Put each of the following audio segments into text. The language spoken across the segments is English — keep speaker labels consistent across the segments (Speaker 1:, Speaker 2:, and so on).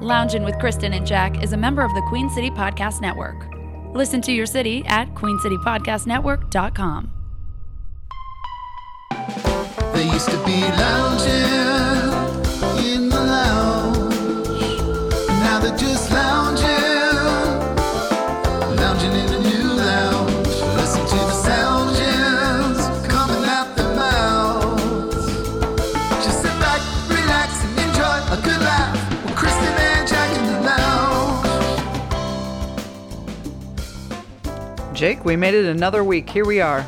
Speaker 1: Lounging with Kristen and Jack is a member of the Queen City Podcast Network. Listen to your city at queencitypodcastnetwork.com.
Speaker 2: They used to be lounging in the lounge. Now they're just lounging, lounging in a new lounge. Listen to the sound jams coming out their mouths. Just sit back, relax, and enjoy a good laugh with Kristen and Jack in the lounge.
Speaker 3: Jake, we made it another week. Here we are.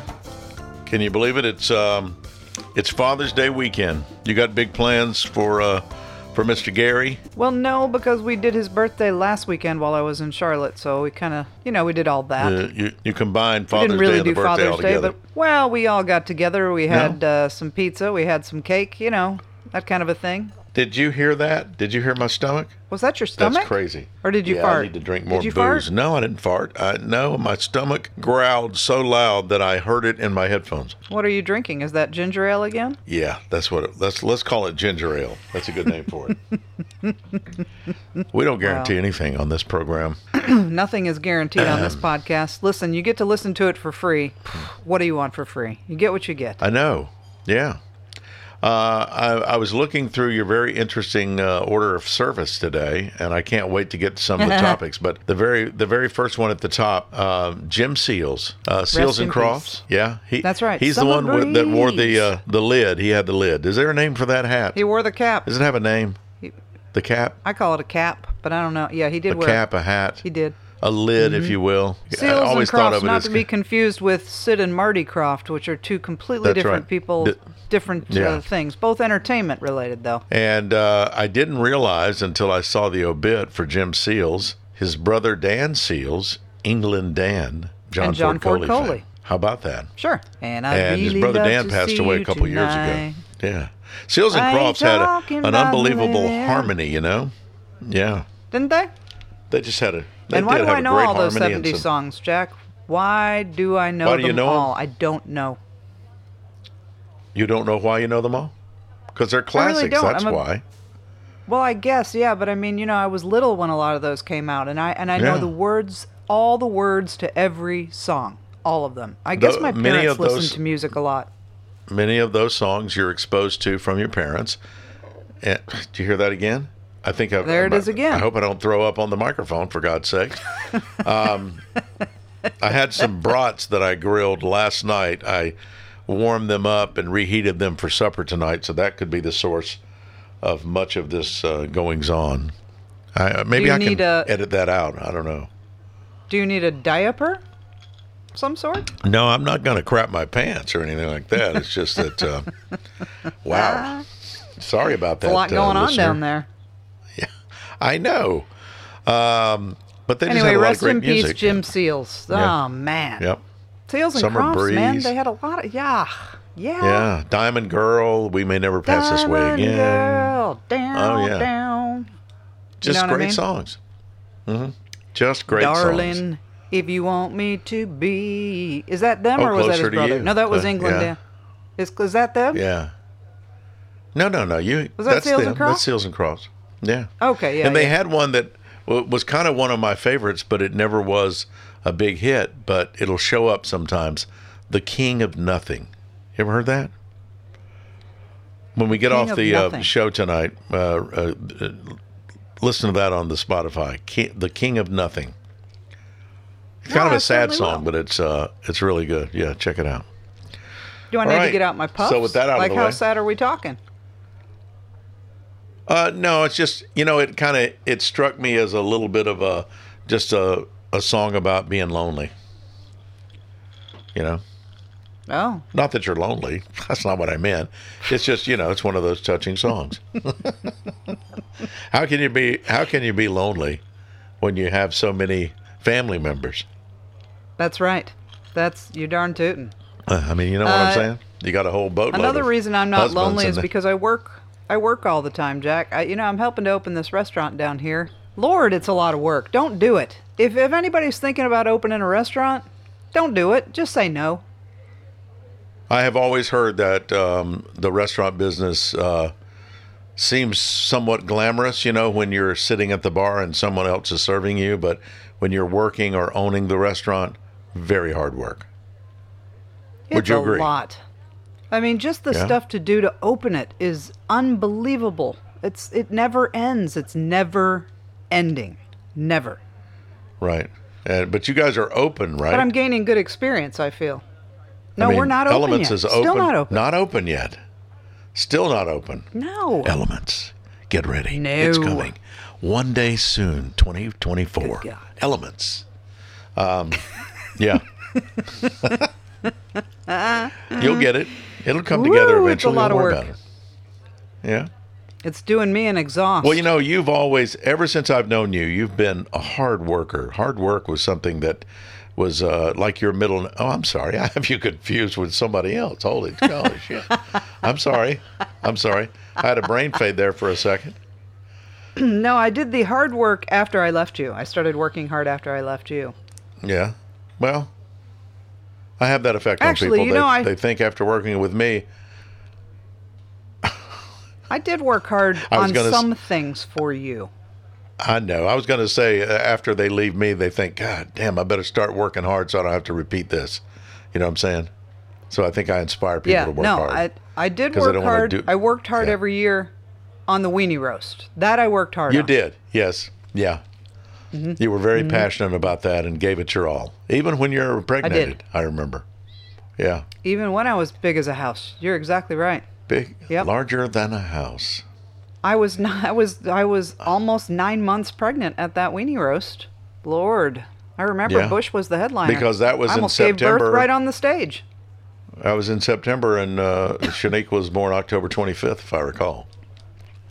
Speaker 4: Can you believe it? It's um, it's Father's Day weekend. You got big plans for uh, for Mr. Gary?
Speaker 3: Well, no, because we did his birthday last weekend while I was in Charlotte, so we kind of, you know, we did all that.
Speaker 4: Uh, you you combined
Speaker 3: we
Speaker 4: Father's
Speaker 3: didn't really
Speaker 4: Day and
Speaker 3: do
Speaker 4: the birthday
Speaker 3: Father's
Speaker 4: all
Speaker 3: Day,
Speaker 4: together.
Speaker 3: but well, we all got together. We had uh, some pizza, we had some cake, you know, that kind of a thing.
Speaker 4: Did you hear that? Did you hear my stomach?
Speaker 3: Was that your
Speaker 4: That's
Speaker 3: stomach?
Speaker 4: crazy.
Speaker 3: Or did you
Speaker 4: yeah,
Speaker 3: fart?
Speaker 4: I need to drink
Speaker 3: Did
Speaker 4: more
Speaker 3: you
Speaker 4: booze.
Speaker 3: fart?
Speaker 4: No, I didn't fart. I, no, my stomach growled so loud that I heard it in my headphones.
Speaker 3: What are you drinking? Is that ginger ale again?
Speaker 4: Yeah, that's what. It, let's let's call it ginger ale. That's a good name for it. we don't guarantee anything on this program.
Speaker 3: Nothing is guaranteed on
Speaker 4: Um.
Speaker 3: this podcast. Listen, you get to listen to it for free. What do you want for free? You get what you get.
Speaker 4: I know. Yeah. Uh, I, I was looking through your very interesting uh, order of service today, and I can't wait to get to some of the topics. But the very the very first one at the top, uh, Jim Seals, uh, Seals
Speaker 3: in
Speaker 4: and
Speaker 3: peace.
Speaker 4: Crofts. Yeah, he,
Speaker 3: That's right.
Speaker 4: He's
Speaker 3: Someone
Speaker 4: the one with, that wore
Speaker 1: breathe.
Speaker 4: the uh, the lid. He had the lid. Is there a name for that hat?
Speaker 3: He wore the cap.
Speaker 4: Does it have a name? The cap,
Speaker 3: I call it a cap, but I don't know. Yeah, he did
Speaker 4: a
Speaker 3: wear
Speaker 4: cap, a hat,
Speaker 3: He did. Mm-hmm.
Speaker 4: a lid, if you will.
Speaker 3: Seals
Speaker 4: I always
Speaker 3: and Crofts,
Speaker 4: thought of it
Speaker 3: not
Speaker 4: as
Speaker 3: to be confused with Sid and Marty Croft, which are two completely
Speaker 4: That's
Speaker 3: different
Speaker 4: right.
Speaker 3: people,
Speaker 4: Di-
Speaker 3: different uh,
Speaker 4: Yeah.
Speaker 3: things, both entertainment related, though.
Speaker 4: And uh, I didn't realize until I saw the obit for Jim Seals, his brother Dan Seals, England Dan, John,
Speaker 3: And John Ford
Speaker 4: fan.
Speaker 3: Coley.
Speaker 4: How about that?
Speaker 3: Sure. And I
Speaker 4: And
Speaker 3: really
Speaker 4: his brother
Speaker 3: love
Speaker 4: Dan
Speaker 3: to
Speaker 4: passed
Speaker 3: see
Speaker 4: away
Speaker 3: you
Speaker 4: a couple
Speaker 3: tonight.
Speaker 4: years ago. Yeah. Seals
Speaker 3: I
Speaker 4: and
Speaker 3: ain't
Speaker 4: Crofts had a,
Speaker 3: talking
Speaker 4: an
Speaker 3: about
Speaker 4: unbelievable
Speaker 3: Mariah.
Speaker 4: harmony, you know? Yeah.
Speaker 3: Didn't they?
Speaker 4: They just had a. They
Speaker 3: and why
Speaker 4: did
Speaker 3: do
Speaker 4: have
Speaker 3: I
Speaker 4: a
Speaker 3: know
Speaker 4: great
Speaker 3: all those
Speaker 4: harmony and
Speaker 3: 70
Speaker 4: some-
Speaker 3: songs, Jack? Why do I know
Speaker 4: Why do
Speaker 3: them
Speaker 4: you know 'em?
Speaker 3: all? I don't know.
Speaker 4: You don't know why you know them all? Because they're
Speaker 3: really
Speaker 4: classics.
Speaker 3: don't.
Speaker 4: That's
Speaker 3: I'm a-
Speaker 4: why.
Speaker 3: Well, I guess, yeah, but I mean, you know, I was little when a lot of those came out, and I and I know
Speaker 4: Yeah.
Speaker 3: the words, all the words to every song, all of them. I guess
Speaker 4: The-
Speaker 3: my
Speaker 4: many
Speaker 3: parents
Speaker 4: of
Speaker 3: listened
Speaker 4: those-
Speaker 3: to music a lot.
Speaker 4: many of those songs you're exposed to from your parents. And, do you hear that again? I think I've,
Speaker 3: There it
Speaker 4: I,
Speaker 3: is again.
Speaker 4: I hope I don't throw up on the microphone for God's sake. um, I had some brats that I grilled last night. I warmed them up and reheated them for supper tonight, so that could be the source of much of this uh, goings on. I, uh, maybe
Speaker 3: you
Speaker 4: I can
Speaker 3: need a-
Speaker 4: edit that out. I don't know.
Speaker 3: Do you need a diaper? of Some sort?
Speaker 4: No, I'm not going to crap my pants or anything like that. It's just that, uh, wow. Sorry about that.
Speaker 3: a lot
Speaker 4: uh,
Speaker 3: going on
Speaker 4: listener.
Speaker 3: down there.
Speaker 4: I know. Um, but they just
Speaker 3: Anyway,
Speaker 4: had a lot of
Speaker 3: rest
Speaker 4: great
Speaker 3: in peace,
Speaker 4: music.
Speaker 3: Jim Seals.
Speaker 4: Yeah.
Speaker 3: Oh man.
Speaker 4: Yep.
Speaker 3: Seals and
Speaker 4: Summer
Speaker 3: Crofts, man.
Speaker 4: Breeze.
Speaker 3: They had a lot of yeah. Yeah.
Speaker 4: Yeah. Diamond Girl, We May Never Pass This Way
Speaker 3: Diamond
Speaker 4: Again.
Speaker 3: Girl, down,
Speaker 4: Oh, yeah.
Speaker 3: down.
Speaker 4: Just
Speaker 3: know what I
Speaker 4: great
Speaker 3: mean?
Speaker 4: songs. hmm Just great
Speaker 3: Darling,
Speaker 4: songs.
Speaker 3: if you want me to be. Is that them
Speaker 4: Oh,
Speaker 3: or was that
Speaker 4: Closer
Speaker 3: his
Speaker 4: to
Speaker 3: brother?
Speaker 4: You.
Speaker 3: No, that was
Speaker 4: Uh,
Speaker 3: England.
Speaker 4: yeah.
Speaker 3: Yeah. Is, is that them?
Speaker 4: Yeah. No, no, no. You.
Speaker 3: Was that
Speaker 4: that's
Speaker 3: Seals and Oh,
Speaker 4: them.
Speaker 3: Crofts?
Speaker 4: That's Seals and Crofts. Yeah.
Speaker 3: Okay, yeah.
Speaker 4: and they
Speaker 3: yeah.
Speaker 4: had one that w- was kind of one of my favorites, but it never was a big hit. But it'll show up sometimes. The King of Nothing. You ever heard that? When we get
Speaker 3: King
Speaker 4: off
Speaker 3: of
Speaker 4: the uh,
Speaker 3: Nothing.
Speaker 4: show tonight, uh, uh, uh, listen to that on the Spotify. Ki- the King of Nothing.
Speaker 3: No,
Speaker 4: It's kind of
Speaker 3: I
Speaker 4: a sad
Speaker 3: certainly
Speaker 4: song,
Speaker 3: will.
Speaker 4: but it's uh, it's really good. Yeah, check it out.
Speaker 3: Do I need to
Speaker 4: Alright,
Speaker 3: get out my puffs?
Speaker 4: so with that out of
Speaker 3: like
Speaker 4: the
Speaker 3: how
Speaker 4: way.
Speaker 3: sad are we talking?
Speaker 4: Uh, no, it's just you know it kind of it struck me as a little bit of a just a a song about being lonely. You know,
Speaker 3: Oh,
Speaker 4: not that you're lonely. That's not what I meant. It's just you know it's one of those touching songs. how can you be How can you be lonely when you have so many family members?
Speaker 3: that's right. That's you darn tootin'.
Speaker 4: Uh, I mean, you know what
Speaker 3: Uh,
Speaker 4: I'm saying. You got a whole boatload.
Speaker 3: Another
Speaker 4: of
Speaker 3: reason I'm not
Speaker 4: husbands
Speaker 3: lonely
Speaker 4: in
Speaker 3: is
Speaker 4: the-
Speaker 3: because I work. I work all the time, Jack. I, you know, I'm helping to open this restaurant down here. Lord, it's a lot of work. Don't do it. If if anybody's thinking about opening a restaurant, don't do it. Just say no.
Speaker 4: I have always heard that um, the restaurant business uh, seems somewhat glamorous, you know, when you're sitting at the bar and someone else is serving you, but when you're working or owning the restaurant, very hard work.
Speaker 3: It's
Speaker 4: Would you
Speaker 3: a
Speaker 4: agree?
Speaker 3: lot. I mean, just the
Speaker 4: Yeah.
Speaker 3: stuff to do to open it is unbelievable. It's it never ends. It's never ending. Never.
Speaker 4: Right. And, but you guys are open, right?
Speaker 3: But I'm gaining good experience, I feel.
Speaker 4: I
Speaker 3: No,
Speaker 4: mean,
Speaker 3: we're not open
Speaker 4: Elements
Speaker 3: yet.
Speaker 4: is open.
Speaker 3: Still not open.
Speaker 4: Not open yet. Still not open.
Speaker 3: no.
Speaker 4: Elements. Get ready.
Speaker 3: No.
Speaker 4: It's coming. One day soon, 2024.
Speaker 3: Good God.
Speaker 4: Elements. Um, yeah. You'll get it. It'll come together
Speaker 3: Woo,
Speaker 4: eventually.
Speaker 3: it's a lot
Speaker 4: Don't
Speaker 3: of
Speaker 4: worry
Speaker 3: work.
Speaker 4: about it. Yeah.
Speaker 3: It's doing me an exhaust.
Speaker 4: Well, you know, you've always, ever since I've known you, you've been a hard worker. Hard work was something that was uh, like your middle. Oh, I'm sorry, I have you confused with somebody else. Holy golly shit! I'm sorry, I'm sorry. I had a brain fade there for a second.
Speaker 3: no, I did the hard work after I left you. I started working hard after I left you.
Speaker 4: Yeah. Well, I have that effect
Speaker 3: Actually,
Speaker 4: on people.
Speaker 3: you
Speaker 4: they,
Speaker 3: know, I-
Speaker 4: they think after working with me,
Speaker 3: I did work hard
Speaker 4: I was
Speaker 3: on
Speaker 4: gonna s-
Speaker 3: some things for you.
Speaker 4: I know. I was going to say uh, after they leave me, they think, God damn, I better start working hard so I don't have to repeat this. You know what I'm saying? So I think I inspire people
Speaker 3: Yeah,
Speaker 4: to work
Speaker 3: no,
Speaker 4: hard.
Speaker 3: I I did
Speaker 4: 'Cause I
Speaker 3: work
Speaker 4: don't wanna
Speaker 3: hard.
Speaker 4: do-
Speaker 3: I worked hard
Speaker 4: Yeah.
Speaker 3: every year on the weenie roast. That I worked hard.
Speaker 4: You
Speaker 3: on.
Speaker 4: did, yes, yeah.
Speaker 3: Mm-hmm.
Speaker 4: You were very passionate about that and gave it your all, even when you were pregnant. I, remember. Yeah,
Speaker 3: even when I was big as a house. You're exactly right.
Speaker 4: big,
Speaker 3: Yep.
Speaker 4: larger than a house.
Speaker 3: I was not. I was. I was almost nine months pregnant at that weenie roast. Lord, I remember
Speaker 4: Yeah.
Speaker 3: Bush was the headliner
Speaker 4: Because that was
Speaker 3: I
Speaker 4: in
Speaker 3: almost Gave
Speaker 4: September.
Speaker 3: birth right on the stage.
Speaker 4: I was in September, and uh, Shanique was born October 25th, if I recall.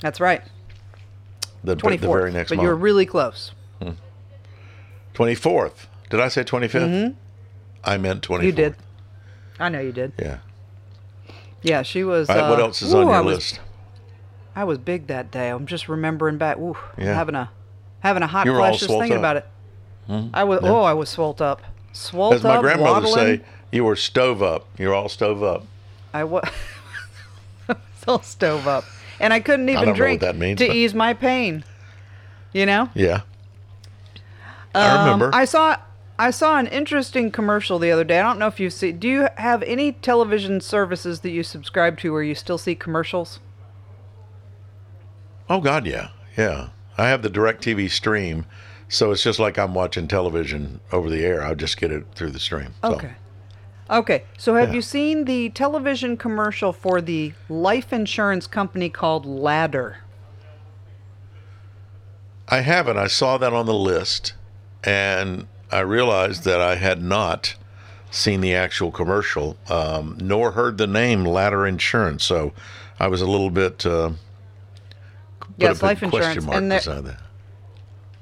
Speaker 3: That's right.
Speaker 4: The, the
Speaker 3: Twenty fourth.
Speaker 4: very next
Speaker 3: but
Speaker 4: month.
Speaker 3: you were really close.
Speaker 4: 24th. Did I say 25th? I meant 24th.
Speaker 3: Mm-hmm. You did. I know you did.
Speaker 4: Yeah.
Speaker 3: Yeah, she was.
Speaker 4: All right, what
Speaker 3: uh,
Speaker 4: else is
Speaker 3: ooh,
Speaker 4: on your
Speaker 3: I was-
Speaker 4: list?
Speaker 3: I was big that day. I'm just remembering back. Ooh,
Speaker 4: Yeah.
Speaker 3: having a having a hot
Speaker 4: You were all
Speaker 3: flash just
Speaker 4: swolled
Speaker 3: thinking
Speaker 4: up. Hmm?
Speaker 3: about it. I was. Oh, I was swolled up. Swolled
Speaker 4: As my
Speaker 3: up,
Speaker 4: grandmother
Speaker 3: waddling.
Speaker 4: say, you were stove up. You're all stove up.
Speaker 3: I was, I was all stove up, and I couldn't even
Speaker 4: don't know what
Speaker 3: drink
Speaker 4: that means,
Speaker 3: to
Speaker 4: but-
Speaker 3: ease my pain. You know,
Speaker 4: Yeah. I
Speaker 3: Um,
Speaker 4: remember.
Speaker 3: I saw I saw an interesting commercial the other day. I don't know if you see. Do you have any television services that you subscribe to where you still see commercials?
Speaker 4: Oh God, yeah, yeah. I have the DirecTV stream, so it's just like I'm watching television over the air. I just get it through the stream. So.
Speaker 3: Okay. Okay. So have
Speaker 4: Yeah.
Speaker 3: you seen the television commercial for the life insurance company called Ladder?
Speaker 4: I haven't. I saw that on the list, and I realized that I had not seen the actual commercial, um, nor heard the name Ladder Insurance. So I was a little bit. Uh, put
Speaker 3: Yes,
Speaker 4: a big
Speaker 3: life
Speaker 4: question
Speaker 3: insurance,
Speaker 4: mark
Speaker 3: and there-
Speaker 4: beside that.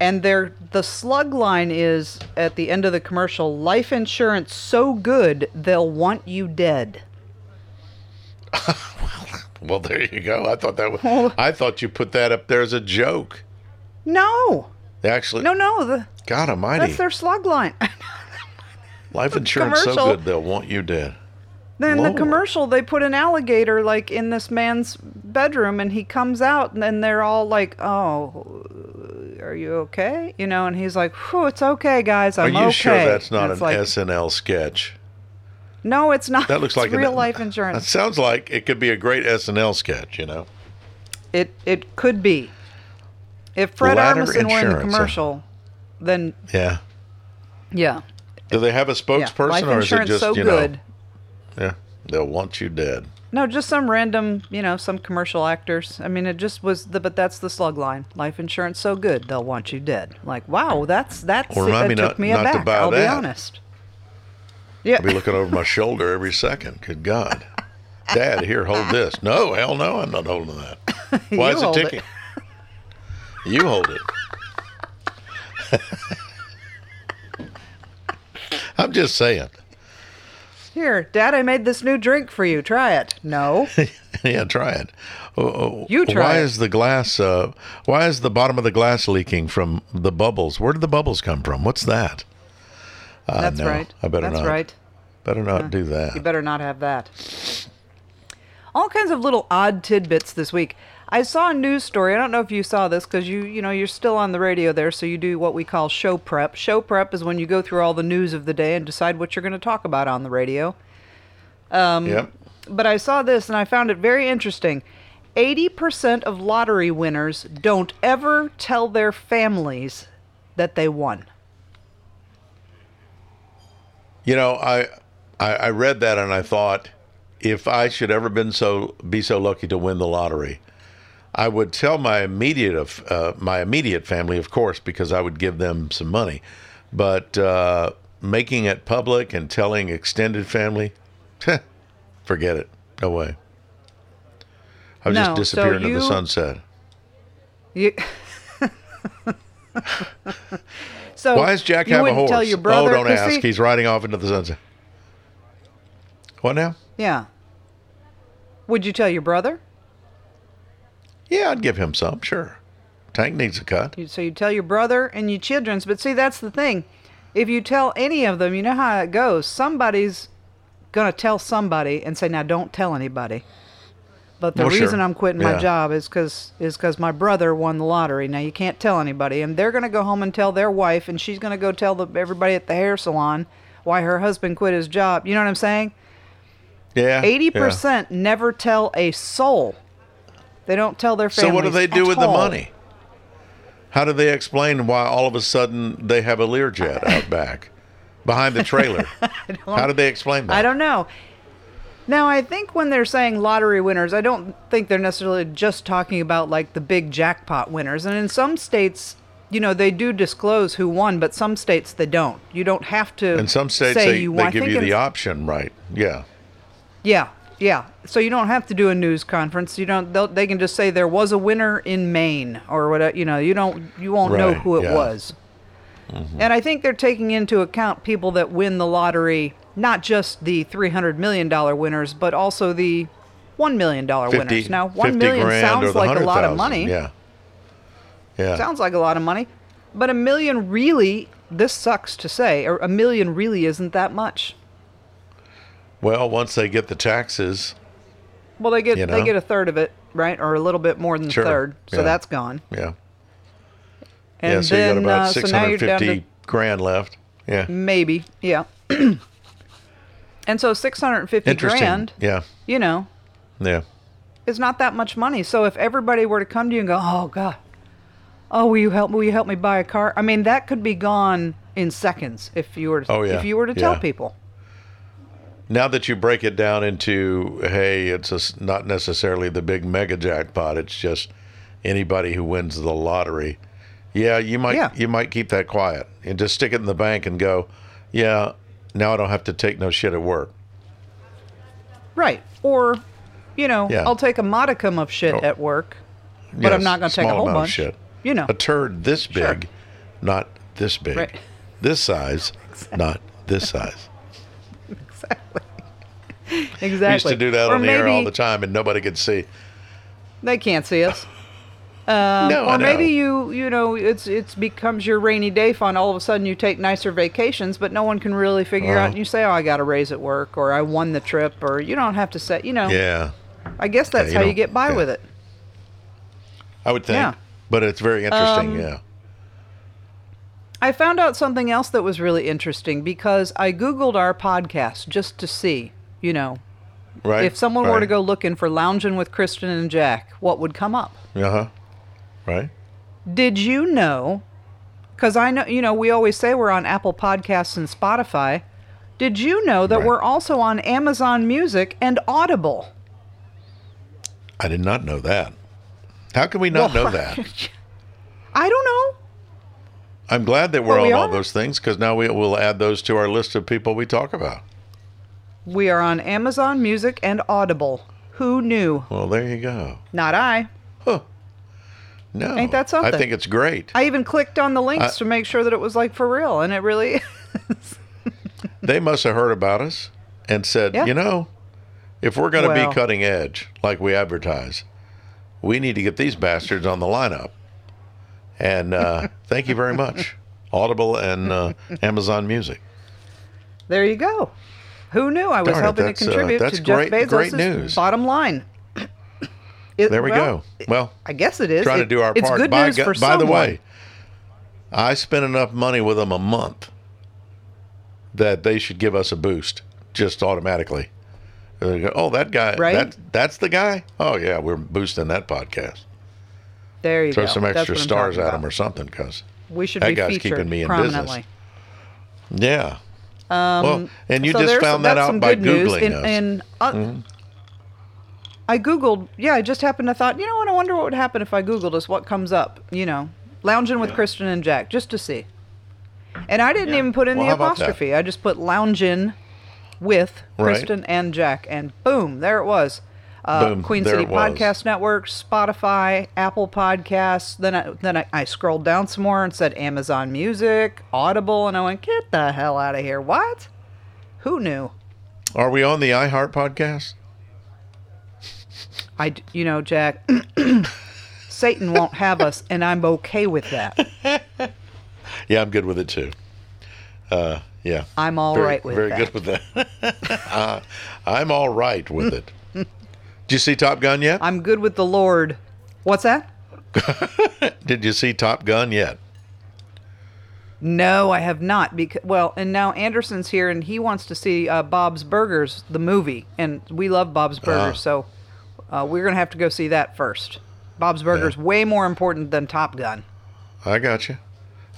Speaker 3: And their the slug line is at the end of the commercial, life insurance so good they'll want you dead.
Speaker 4: Well, there you go. I thought that
Speaker 3: Oh.
Speaker 4: was. I thought you put that up there as a joke.
Speaker 3: No.
Speaker 4: They actually.
Speaker 3: No, no. The,
Speaker 4: God Almighty.
Speaker 3: that's their slug line.
Speaker 4: Life insurance so
Speaker 3: commercial.
Speaker 4: good they'll want you dead.
Speaker 3: Then
Speaker 4: Lord.
Speaker 3: the commercial, they put an alligator like in this man's bedroom, and he comes out, and then they're all like, "Oh, are you okay?" You know, and he's like, "Whew, it's okay, guys.
Speaker 4: Are
Speaker 3: I'm
Speaker 4: you
Speaker 3: okay."
Speaker 4: sure that's not
Speaker 3: And
Speaker 4: an
Speaker 3: it's like,
Speaker 4: SNL sketch?
Speaker 3: No, it's not.
Speaker 4: That looks
Speaker 3: It's
Speaker 4: like an-
Speaker 3: real life
Speaker 4: That
Speaker 3: insurance.
Speaker 4: sounds like it could be a great SNL sketch, you know.
Speaker 3: It it could be. If Fred
Speaker 4: Ladder
Speaker 3: Armisen were in the
Speaker 4: insurance, huh?
Speaker 3: commercial, then
Speaker 4: Yeah.
Speaker 3: yeah,
Speaker 4: Do they have a
Speaker 3: yeah. Life
Speaker 4: spokesperson or is it
Speaker 3: insurance
Speaker 4: just
Speaker 3: so
Speaker 4: you know?
Speaker 3: good.
Speaker 4: Yeah. They'll want you dead.
Speaker 3: No, just some random, you know, some commercial actors. I mean, it just was the, but that's the slug line. Life insurance so good they'll want you dead. Like, wow, that's that's
Speaker 4: Well,
Speaker 3: that
Speaker 4: remind me
Speaker 3: took
Speaker 4: not-
Speaker 3: me
Speaker 4: not to
Speaker 3: aback.
Speaker 4: buy
Speaker 3: I'll be
Speaker 4: that.
Speaker 3: honest. Yeah,
Speaker 4: I'll be looking over my shoulder every second. Good God. Dad, here, hold this. No, hell no, I'm not holding that. Why
Speaker 3: You
Speaker 4: is it
Speaker 3: hold it.
Speaker 4: ticking? you hold it. I'm just saying.
Speaker 3: here, Dad, I made this new drink for you. Try it. No,
Speaker 4: yeah, try it. Oh, oh,
Speaker 3: You try
Speaker 4: Why
Speaker 3: it.
Speaker 4: is the glass? Uh, why is the bottom of the glass leaking from the bubbles? Where did the bubbles come from? What's that? Uh,
Speaker 3: that's
Speaker 4: no,
Speaker 3: right.
Speaker 4: I better
Speaker 3: that's
Speaker 4: not.
Speaker 3: right.
Speaker 4: Better not do that.
Speaker 3: You better not have that. All kinds of little odd tidbits this week. I saw a news story. I don't know if you saw this because you you know you're still on the radio there, so you do what we call show prep. Show prep is when you go through all the news of the day and decide what you're going to talk about on the radio.
Speaker 4: yep.
Speaker 3: But I saw this and I found it very interesting. 80% of lottery winners don't ever tell their families that they won.
Speaker 4: You know, I, I I read that and I thought, if I should ever been so be so lucky to win the lottery, I would tell my immediate of uh, my immediate family, of course, because I would give them some money. But uh, making it public and telling extended family, forget it. No way. I would
Speaker 3: No,
Speaker 4: just
Speaker 3: so
Speaker 4: disappear into
Speaker 3: you-
Speaker 4: the sunset.
Speaker 3: You. so
Speaker 4: Why does Jack
Speaker 3: Oh, you
Speaker 4: have a
Speaker 3: wouldn't
Speaker 4: horse?
Speaker 3: Tell your brother,
Speaker 4: oh, don't
Speaker 3: 'cause
Speaker 4: ask.
Speaker 3: see-
Speaker 4: He's riding off into the sunset. What now?
Speaker 3: yeah. Would you tell your brother?
Speaker 4: Yeah, I'd give him some, sure. Tank needs a cut.
Speaker 3: You, so you tell your brother and your children's. But see, that's the thing. If you tell any of them, you know how it goes. Somebody's gonna tell somebody and say, "Now, don't tell anybody." But the
Speaker 4: Well, sure.
Speaker 3: reason I'm quitting my
Speaker 4: Yeah.
Speaker 3: job is because is because my brother won the lottery. Now you can't tell anybody, and they're gonna go home and tell their wife, and she's gonna go tell the, everybody at the hair salon why her husband quit his job. You know what I'm saying?
Speaker 4: Yeah.
Speaker 3: Eighty
Speaker 4: yeah.
Speaker 3: percent never tell a soul. They don't tell their family.
Speaker 4: So what do they do with the money? How do they explain why all of a sudden they have a Learjet out back behind the trailer? How do they explain that?
Speaker 3: I don't know. Now, I think when they're saying lottery winners, I don't think they're necessarily just talking about like the big jackpot winners. And in some states, you know, they do disclose who won, but some states they don't. You don't have to.
Speaker 4: In some states,
Speaker 3: say
Speaker 4: they,
Speaker 3: you won.
Speaker 4: they
Speaker 3: I
Speaker 4: give
Speaker 3: think
Speaker 4: you
Speaker 3: in-
Speaker 4: the option, right? Yeah.
Speaker 3: Yeah, yeah. So you don't have to do a news conference. You don't. they'll- They can just say there was a winner in Maine or whatever. You know, you don't. You won't know
Speaker 4: Right,
Speaker 3: who it
Speaker 4: yeah. Mm-hmm.
Speaker 3: was. And I think they're taking into account people that win the lottery, not just the three hundred million dollar winners, but also the one million dollar
Speaker 4: 50,
Speaker 3: winners. Now, one
Speaker 4: 50
Speaker 3: million
Speaker 4: grand or
Speaker 3: sounds
Speaker 4: the
Speaker 3: like a lot
Speaker 4: 100,000,
Speaker 3: of money.
Speaker 4: Yeah. Yeah.
Speaker 3: Sounds like a lot of money, but a million really. This sucks to say, or a million really isn't that much.
Speaker 4: well, once they get the taxes,
Speaker 3: Well, they get
Speaker 4: You
Speaker 3: they
Speaker 4: know?
Speaker 3: get a third of it, right, or a little bit more than
Speaker 4: Sure,
Speaker 3: a third. So
Speaker 4: yeah.
Speaker 3: that's gone.
Speaker 4: yeah.
Speaker 3: And
Speaker 4: yeah, so
Speaker 3: then
Speaker 4: you got about
Speaker 3: uh, so now you're down
Speaker 4: 650
Speaker 3: to
Speaker 4: grand left. Yeah.
Speaker 3: maybe, yeah. and so 650
Speaker 4: Interesting.
Speaker 3: grand,
Speaker 4: Yeah.
Speaker 3: you know,
Speaker 4: Yeah.
Speaker 3: is not that much money. So if everybody were to come to you and go, "Oh god. Oh, will you help will you help me buy a car?" I mean, that could be gone in seconds if you were to,
Speaker 4: Oh, yeah,
Speaker 3: if you were to tell
Speaker 4: yeah.
Speaker 3: people.
Speaker 4: Now that you break it down into, hey, it's a s not necessarily the big mega jackpot. It's just anybody who wins the lottery. Yeah, you might
Speaker 3: Yeah.
Speaker 4: you might keep that quiet and just stick it in the bank and go, yeah. Now I don't have to take no shit at work.
Speaker 3: Right. Or, you know,
Speaker 4: Yeah.
Speaker 3: I'll take a modicum of shit
Speaker 4: Oh.
Speaker 3: at work, but
Speaker 4: Yes,
Speaker 3: I'm not going to take a
Speaker 4: small
Speaker 3: whole
Speaker 4: amount of
Speaker 3: bunch.
Speaker 4: shit.
Speaker 3: You know.
Speaker 4: A turd this big,
Speaker 3: Sure.
Speaker 4: not this big.
Speaker 3: Right.
Speaker 4: This size, not this size.
Speaker 3: Exactly.
Speaker 4: We used to do that
Speaker 3: or
Speaker 4: on the air all
Speaker 3: maybe-
Speaker 4: the time, and nobody could see.
Speaker 3: They can't see us.
Speaker 4: no, I
Speaker 3: Um, or maybe
Speaker 4: know.
Speaker 3: you you know it's it's becomes your rainy day fund. All of a sudden you take nicer vacations, but no one can really figure
Speaker 4: Well.
Speaker 3: out. And you say, "Oh, I got a raise at work," or "I won the trip," or you don't have to say. You know,
Speaker 4: Yeah,
Speaker 3: I guess that's
Speaker 4: you
Speaker 3: how you
Speaker 4: don't-
Speaker 3: get by
Speaker 4: yeah.
Speaker 3: with it.
Speaker 4: I would think.
Speaker 3: Yeah. Um,
Speaker 4: But it's very interesting. yeah.
Speaker 3: I found out something else that was really interesting because I googled our podcast just to see, you know,
Speaker 4: Right.
Speaker 3: if someone were
Speaker 4: right.
Speaker 3: to go looking for "Lounging with Kristen and Jack," what would come up?
Speaker 4: Uh huh. Right.
Speaker 3: Did you know? Because I know, you know, we always say we're on Apple Podcasts and Spotify. Did you know that
Speaker 4: Right.
Speaker 3: we're also on Amazon Music and Audible?
Speaker 4: I did not know that. How can we not know that?
Speaker 3: I don't know.
Speaker 4: I'm glad that we're
Speaker 3: Well,
Speaker 4: on
Speaker 3: we
Speaker 4: all
Speaker 3: are.
Speaker 4: those things because now we will add those to our list of people we talk about.
Speaker 3: We are on Amazon Music and Audible. Who knew?
Speaker 4: Well, there you go.
Speaker 3: Not I.
Speaker 4: Huh. No.
Speaker 3: Ain't that something?
Speaker 4: I think it's great.
Speaker 3: I even clicked on the links
Speaker 4: I-
Speaker 3: to make sure that it was like for real, and it really.
Speaker 4: they must have heard about us and said,
Speaker 3: Yeah.
Speaker 4: you know, if we're going to
Speaker 3: Well.
Speaker 4: be cutting edge like we advertise, we need to get these bastards on the lineup. And uh, thank you very much, Audible and uh, Amazon Music.
Speaker 3: there you go. Who knew I was
Speaker 4: Darn it,
Speaker 3: helping to
Speaker 4: that's, uh,
Speaker 3: contribute
Speaker 4: that's
Speaker 3: to
Speaker 4: great-
Speaker 3: Jeff
Speaker 4: great
Speaker 3: Bezos'
Speaker 4: news.
Speaker 3: bottom line? It-
Speaker 4: There we
Speaker 3: well,
Speaker 4: go. Well,
Speaker 3: I guess it is.
Speaker 4: trying to
Speaker 3: It-
Speaker 4: do our
Speaker 3: it's
Speaker 4: part.
Speaker 3: Good
Speaker 4: by
Speaker 3: news
Speaker 4: go-
Speaker 3: for
Speaker 4: by the
Speaker 3: someone.
Speaker 4: way, I spent enough money with them a month that they should give us a boost just automatically. They go, oh, that guy.
Speaker 3: Right?
Speaker 4: That, that's the guy. Oh yeah, we're boosting that podcast.
Speaker 3: there you
Speaker 4: Throw
Speaker 3: go.
Speaker 4: some
Speaker 3: That's
Speaker 4: extra
Speaker 3: what I'm
Speaker 4: stars
Speaker 3: talking
Speaker 4: at them
Speaker 3: about.
Speaker 4: or something, because
Speaker 3: we should
Speaker 4: that
Speaker 3: be
Speaker 4: guy's
Speaker 3: featured
Speaker 4: keeping me in business.
Speaker 3: prominently.
Speaker 4: yeah. Um, well, and you
Speaker 3: So
Speaker 4: just
Speaker 3: there's-
Speaker 4: found that
Speaker 3: that's
Speaker 4: out
Speaker 3: some
Speaker 4: by
Speaker 3: good news.
Speaker 4: googling
Speaker 3: And-
Speaker 4: us. Mm-hmm.
Speaker 3: and, uh, I googled. Yeah, I just happened to thought. You know what? I wonder what would happen if I googled us. What comes up? You know, lounging with Kristen and Jack, just to see. And I didn't even put in
Speaker 4: Well,
Speaker 3: the
Speaker 4: how about that?
Speaker 3: apostrophe. I just put lounging with
Speaker 4: Right.
Speaker 3: Kristen and Jack, and boom, there it was. Uh,
Speaker 4: Boom,
Speaker 3: Queen
Speaker 4: there
Speaker 3: City
Speaker 4: it was.
Speaker 3: Podcast Network, Spotify, Apple Podcasts. Then I, then I, I scrolled down some more and said Amazon Music, Audible, and I went, get the hell out of here! What? Who knew?
Speaker 4: Are we on the iHeart podcast?
Speaker 3: I, d- you know, Jack, Satan won't have us, and I'm okay with that.
Speaker 4: Yeah, I'm good with it too. Uh, yeah.
Speaker 3: I'm all
Speaker 4: very,
Speaker 3: right with
Speaker 4: very
Speaker 3: that.
Speaker 4: good with that. Uh, I'm all right with it. Did you see Top Gun yet?
Speaker 3: I'm good with the Lord. What's that?
Speaker 4: Did you see Top Gun yet?
Speaker 3: No, I have not. Because well, and now Anderson's here, and he wants to see uh, Bob's Burgers, the movie, and we love Bob's Burgers, so uh, we're gonna have to go see that first. Bob's Burgers way more important than Top Gun.
Speaker 4: I got you.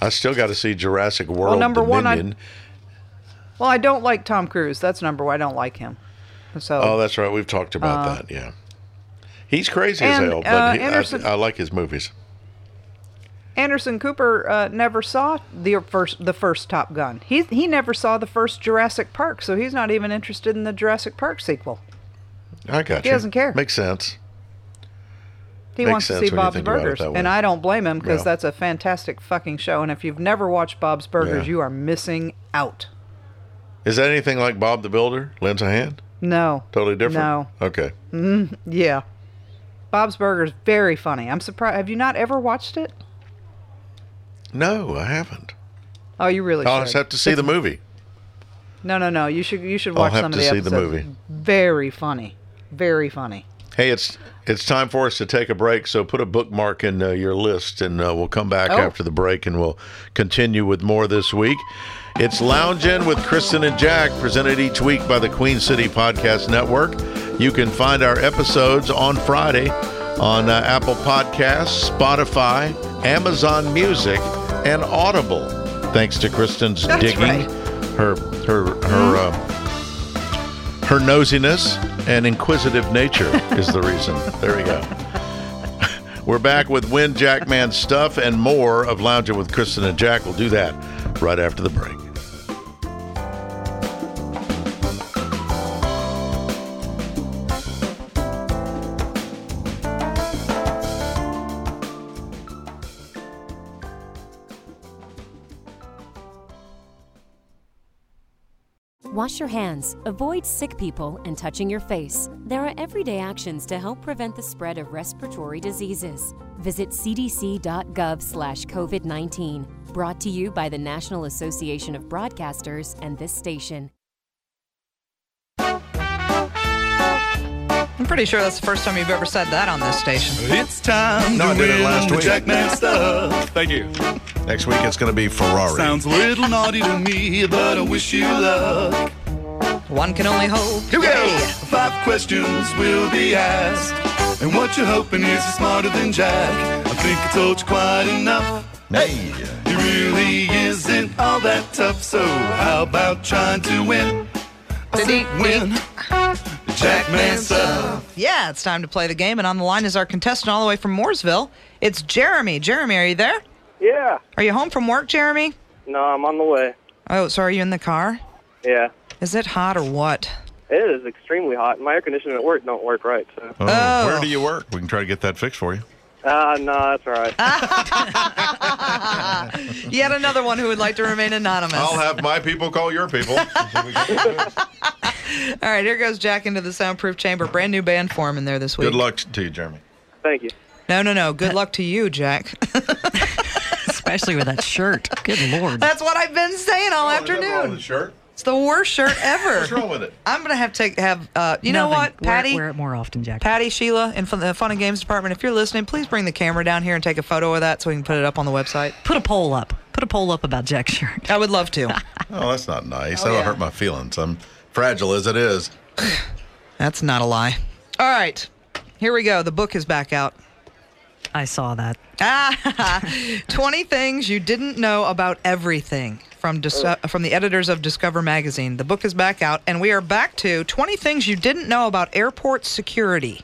Speaker 4: I still got to see Jurassic World
Speaker 3: number one, I-
Speaker 4: Dominion.
Speaker 3: Well, I don't like Tom Cruise. That's number one. I don't like him. So
Speaker 4: oh, that's right. We've talked about that. Yeah. He's crazy as
Speaker 3: Uh, and,
Speaker 4: hell, but
Speaker 3: uh,
Speaker 4: he,
Speaker 3: Anderson-
Speaker 4: I, I like his movies.
Speaker 3: Anderson Cooper uh, never saw the first the first Top Gun. He he never saw the first Jurassic Park, so he's not even interested in the Jurassic Park sequel.
Speaker 4: I got
Speaker 3: He
Speaker 4: you.
Speaker 3: doesn't care.
Speaker 4: Makes sense.
Speaker 3: He
Speaker 4: Makes
Speaker 3: wants to see
Speaker 4: sense when you
Speaker 3: Bob's
Speaker 4: think about it
Speaker 3: Burgers,
Speaker 4: that way.
Speaker 3: and I don't blame him because
Speaker 4: Yeah.
Speaker 3: that's a fantastic fucking show. And if you've never watched Bob's Burgers,
Speaker 4: Yeah.
Speaker 3: you are missing out.
Speaker 4: Is that anything like Bob the Builder? Lends a hand?
Speaker 3: No,
Speaker 4: Totally different?
Speaker 3: No,
Speaker 4: Okay.
Speaker 3: yeah, Bob's Burgers very funny. I'm surprised. Have you not ever watched it?
Speaker 4: No, I haven't.
Speaker 3: Oh, you really
Speaker 4: I'll
Speaker 3: should.
Speaker 4: just have to see the movie.
Speaker 3: no, no, no. You should you should
Speaker 4: I'll
Speaker 3: watch
Speaker 4: have
Speaker 3: some
Speaker 4: to
Speaker 3: of the
Speaker 4: see the
Speaker 3: episodes.
Speaker 4: movie.
Speaker 3: Very funny, very funny.
Speaker 4: Hey, it's it's time for us to take a break. So put a bookmark in uh, your list, and uh, we'll come back
Speaker 3: Oh.
Speaker 4: after the break, and we'll continue with more this week. It's Lounge In with Kristen and Jack, presented each week by the Queen City Podcast Network. You can find our episodes on Friday on uh, Apple Podcasts, Spotify, Amazon Music, and Audible. Thanks to Kristen's
Speaker 3: That's
Speaker 4: digging,
Speaker 3: right.
Speaker 4: her her her. Uh, her nosiness and inquisitive nature is the reason. There we go. We're back with Win Jackman stuff and more of Lounging with Kristen and Jack. We'll do that right after the break.
Speaker 5: Wash your hands, avoid sick people, and touching your face. There are everyday actions to help prevent the spread of respiratory diseases. Visit cdc.gov slash COVID-19. Brought to you by the National Association of Broadcasters and this station.
Speaker 3: I'm pretty sure that's the first time you've ever said that on this station.
Speaker 6: It's time
Speaker 4: No, I
Speaker 6: to
Speaker 4: did it
Speaker 6: win
Speaker 4: last
Speaker 6: the
Speaker 4: week.
Speaker 6: Jackman stuff. Thank you.
Speaker 4: Next week it's going to be Ferrari.
Speaker 6: Sounds a little naughty to me, but I wish you luck.
Speaker 7: One can only hope.
Speaker 6: Here we go. Five questions will be asked, and what you're hoping is you're smarter than Jack. I think I told you quite enough.
Speaker 4: Hey.
Speaker 6: He really isn't all that tough, so how about trying to win? I said win. Jackman stuff.
Speaker 7: Yeah, it's time to play the game, and on the line is our contestant all the way from Mooresville. It's Jeremy. Jeremy, are you there?
Speaker 8: Yeah.
Speaker 7: Are you home from work, Jeremy?
Speaker 8: No, I'm on the way.
Speaker 7: Oh, so are you in the car?
Speaker 8: Yeah.
Speaker 7: Is it hot or what?
Speaker 8: It is extremely hot. My air conditioning at work don't work right. So.
Speaker 4: Oh,
Speaker 7: Oh.
Speaker 4: Where do you work? We can try to get that fixed for you.
Speaker 8: Ah, no, that's all right.
Speaker 7: Yet another one who would like to remain anonymous.
Speaker 4: I'll have my people call your people.
Speaker 7: All right, here goes Jack into the soundproof chamber. Brand new band form in there this week.
Speaker 4: Good luck to you, Jeremy.
Speaker 8: Thank you.
Speaker 7: No, no, no. Good luck to you, Jack.
Speaker 9: especially with that shirt. Good lord.
Speaker 7: That's what I've been saying all afternoon.
Speaker 4: shirt?
Speaker 3: It's the worst shirt ever.
Speaker 4: What's wrong with it?
Speaker 3: I'm gonna have to have. Uh, you know
Speaker 9: Nothing.
Speaker 3: what,
Speaker 9: Wear it-
Speaker 3: Patty?
Speaker 9: Wear it more often, Jack.
Speaker 3: Patty, Sheila, and from the Fun and Games Department, if you're listening, please bring the camera down here and take a photo of that so we can put it up on the website.
Speaker 9: Put a poll up. Put a poll up about Jack's shirt.
Speaker 3: I would love to.
Speaker 4: Oh, that's not nice. That'll
Speaker 3: yeah.
Speaker 4: hurt my feelings. I'm fragile as it is.
Speaker 3: That's not a lie. All right, here we go. The book is back out.
Speaker 9: I saw that.
Speaker 3: Ah, 20 things you didn't know about everything from Dis- uh, from the editors of Discover magazine. The book is back out and we are back to 20 things you didn't know about airport security.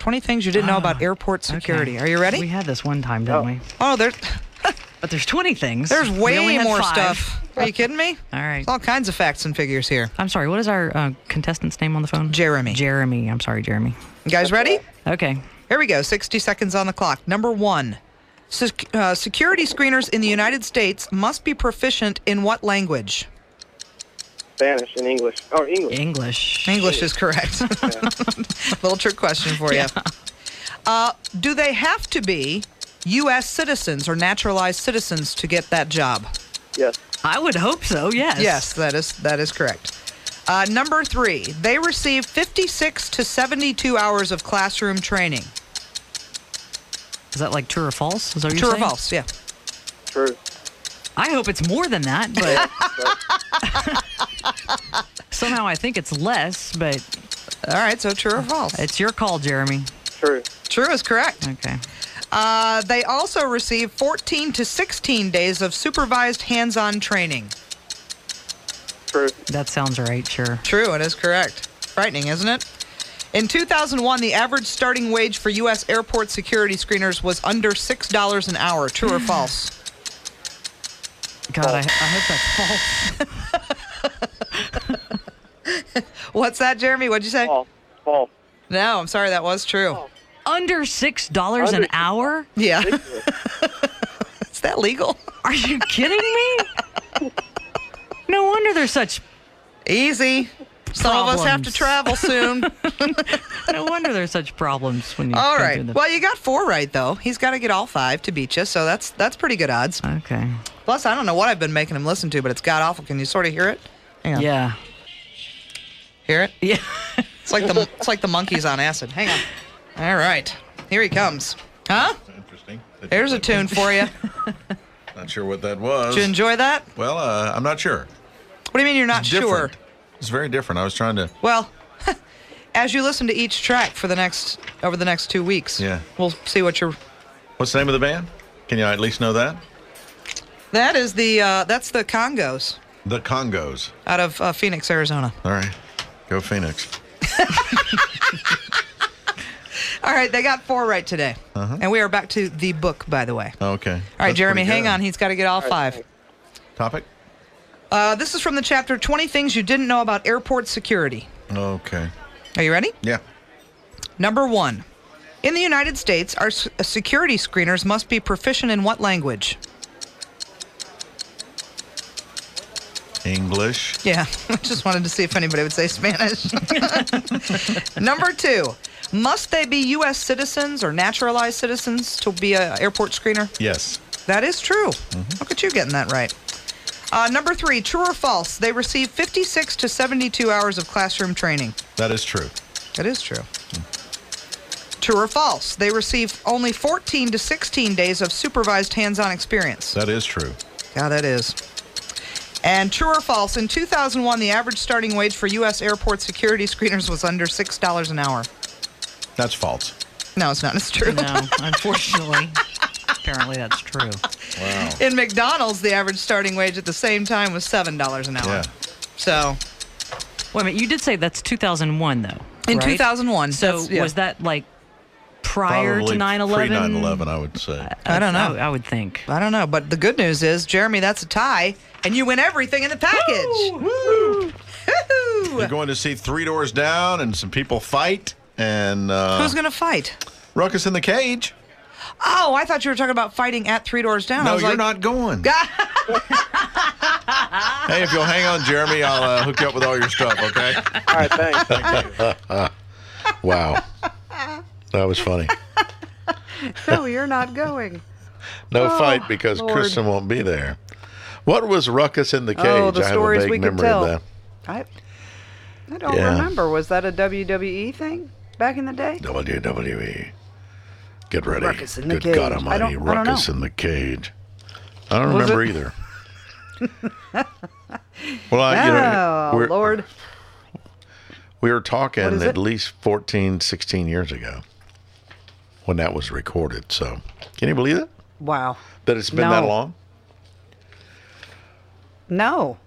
Speaker 3: 20 things you didn't know about airport security.
Speaker 9: Ah, Okay.
Speaker 3: Are you ready?
Speaker 9: We had this one time, didn't we?
Speaker 3: oh, there's
Speaker 9: But there's 20 things.
Speaker 3: there's
Speaker 9: We
Speaker 3: way
Speaker 9: only had
Speaker 3: more
Speaker 9: five.
Speaker 3: stuff. Are you kidding me?
Speaker 9: All right.
Speaker 3: There's all kinds of facts and figures here.
Speaker 9: I'm sorry. What is our uh, contestant's name on the phone?
Speaker 3: Jeremy.
Speaker 9: Jeremy. I'm sorry, Jeremy.
Speaker 3: You guys ready?
Speaker 9: Okay.
Speaker 3: Here we go. 60 seconds on the clock. Number one sec- uh, security screeners in the United States must be proficient in what language?
Speaker 8: Spanish and English. Or English.
Speaker 9: English.
Speaker 3: English is correct. Little trick question for you. Uh, do they have to be U.S. citizens or naturalized citizens to get that job?
Speaker 8: Yes.
Speaker 9: I would hope so. Yes.
Speaker 3: Yes, that is that is correct. Uh, number three, they receive 56 to 72 hours of classroom training.
Speaker 9: Is that like true or false? Is that what
Speaker 3: True
Speaker 9: you're
Speaker 3: or
Speaker 9: saying?
Speaker 3: false? Yeah.
Speaker 8: True.
Speaker 9: I hope it's more than that, but somehow I think it's less. But
Speaker 3: All right, so true
Speaker 9: Oh,
Speaker 3: or false?
Speaker 9: it's your call, Jeremy.
Speaker 8: True.
Speaker 3: true is correct.
Speaker 9: Okay.
Speaker 3: Uh, they also receive 14 to 16 days of supervised hands-on training.
Speaker 8: True.
Speaker 9: That sounds right. Sure.
Speaker 3: True, it is correct. Frightening, isn't it? In 2001, the average starting wage for U.S. airport security screeners was under $6 an hour. True or false?
Speaker 9: God, I, I hope that's false.
Speaker 3: What's that, Jeremy? What'd you say?
Speaker 8: False. False.
Speaker 3: No, I'm sorry, that was true.
Speaker 9: Under six dollars an
Speaker 8: Under-
Speaker 9: hour?
Speaker 3: Yeah. is that legal?
Speaker 9: Are you kidding me? No wonder there's such.
Speaker 3: Easy. Some of us have to
Speaker 9: Problems.
Speaker 3: travel soon.
Speaker 9: No wonder there's such problems when you.
Speaker 3: all
Speaker 9: go
Speaker 3: right.
Speaker 9: through the-
Speaker 3: Well, you got four right though. He's got to get all five to beat you, so that's that's pretty good odds.
Speaker 9: okay.
Speaker 3: Plus, I don't know what I've been making him listen to, but it's god awful. Can you sort of hear it? Hang on.
Speaker 9: Yeah.
Speaker 3: Hear it?
Speaker 9: Yeah.
Speaker 3: It's like the it's like the monkeys on acid. Hang on. All right, here he comes. Huh?
Speaker 4: Interesting.
Speaker 3: There's a tune for you.
Speaker 4: Not sure what that was.
Speaker 3: Did you enjoy that?
Speaker 4: Well, uh, I'm not sure.
Speaker 3: What do you mean you're not sure?
Speaker 4: Different. It's very different. I was trying to.
Speaker 3: Well, as you listen to each track for the next over the next two weeks,
Speaker 4: Yeah.
Speaker 3: we'll see what you're.
Speaker 4: What's the name of the band? Can you at least know that?
Speaker 3: That is the uh, that's the Congos
Speaker 4: The Congos.
Speaker 3: out of uh, Phoenix, Arizona.
Speaker 4: All right. Go Phoenix.
Speaker 3: All right, they got four right today,
Speaker 4: Uh-huh.
Speaker 3: and we are back to the book, by the way. All
Speaker 4: Oh, Okay. All right,
Speaker 3: right, Jeremy, hang on. He's got to get all five.
Speaker 4: Topic?
Speaker 3: Uh, this is from the chapter 20 Things You Didn't Know About Airport Security.
Speaker 4: Okay.
Speaker 3: Are you ready?
Speaker 4: Yeah.
Speaker 3: Number one. In the United States, our s- uh, security screeners must be proficient in what language?
Speaker 4: English.
Speaker 3: Yeah, I just wanted to see if anybody would say Spanish. Number two. Must they be U.S. citizens or naturalized citizens to be an airport screener?
Speaker 4: Yes.
Speaker 3: That is true. Look at you getting that right. Uh, number three, true or false? They receive 56 to 72 hours of classroom training.
Speaker 4: That is true.
Speaker 3: That is true. True or false? They receive only 14 to 16 days of supervised hands on experience.
Speaker 4: That is true.
Speaker 3: Yeah, that is. And true or false? In 2001, the average starting wage for U.S. airport security screeners was under $6 an hour.
Speaker 4: That's false.
Speaker 3: No, it's not. It's true.
Speaker 9: No, unfortunately. Apparently that's true.
Speaker 4: Wow.
Speaker 3: In McDonald's, the average starting wage at the same time was $7 an hour.
Speaker 4: Yeah.
Speaker 3: So
Speaker 9: Wait a minute. You did say that's 2001 though.
Speaker 3: in
Speaker 9: right?
Speaker 3: 2001.
Speaker 9: So
Speaker 3: that's- yeah.
Speaker 9: was that like prior
Speaker 4: Probably
Speaker 9: to 9/11?
Speaker 4: Pre 9/11, I would say.
Speaker 3: I don't know.
Speaker 9: I, would think.
Speaker 3: I don't know, but the good news is, Jeremy, that's a tie, and you win everything in the package. Woo-hoo.
Speaker 4: You're going to see Three Doors Down and some people fight and uh,
Speaker 3: Who's going to fight?
Speaker 4: Ruckus in the Cage.
Speaker 3: Oh, I thought you were talking about fighting at Three Doors Down. I
Speaker 4: No,
Speaker 3: was
Speaker 4: you're
Speaker 3: like,
Speaker 4: not going. hey, if you'll hang on, Jeremy, I'll uh, hook you up with all your stuff, okay?
Speaker 8: All right, thanks.
Speaker 4: Wow. That was funny.
Speaker 10: No, you're not going.
Speaker 4: No fight because
Speaker 3: Oh,
Speaker 10: Lord.
Speaker 4: Kristen won't be there. What was Ruckus in the Cage?
Speaker 3: Oh, the
Speaker 4: I have
Speaker 3: stories
Speaker 4: a vague
Speaker 3: we could
Speaker 4: memory
Speaker 3: tell.
Speaker 4: of that.
Speaker 3: I, I don't
Speaker 4: Yeah.
Speaker 3: remember. Was that a WWE thing back in the day?
Speaker 4: WWE. E. Get ready.
Speaker 3: Ruckus in the
Speaker 4: Good God
Speaker 3: cage. I
Speaker 4: Almighty.
Speaker 3: don't- I don't
Speaker 4: Ruckus
Speaker 3: know.
Speaker 4: in the cage. I don't
Speaker 3: Was
Speaker 4: remember
Speaker 3: it?
Speaker 4: either. well, I, you know,
Speaker 3: oh,
Speaker 4: we're-
Speaker 3: Lord.
Speaker 4: we were talking
Speaker 3: What is
Speaker 4: at
Speaker 3: it?
Speaker 4: least 14, 16 years ago when that was recorded. So, can you believe it?
Speaker 3: Wow.
Speaker 4: That it's been that
Speaker 3: No.
Speaker 4: long?
Speaker 3: No.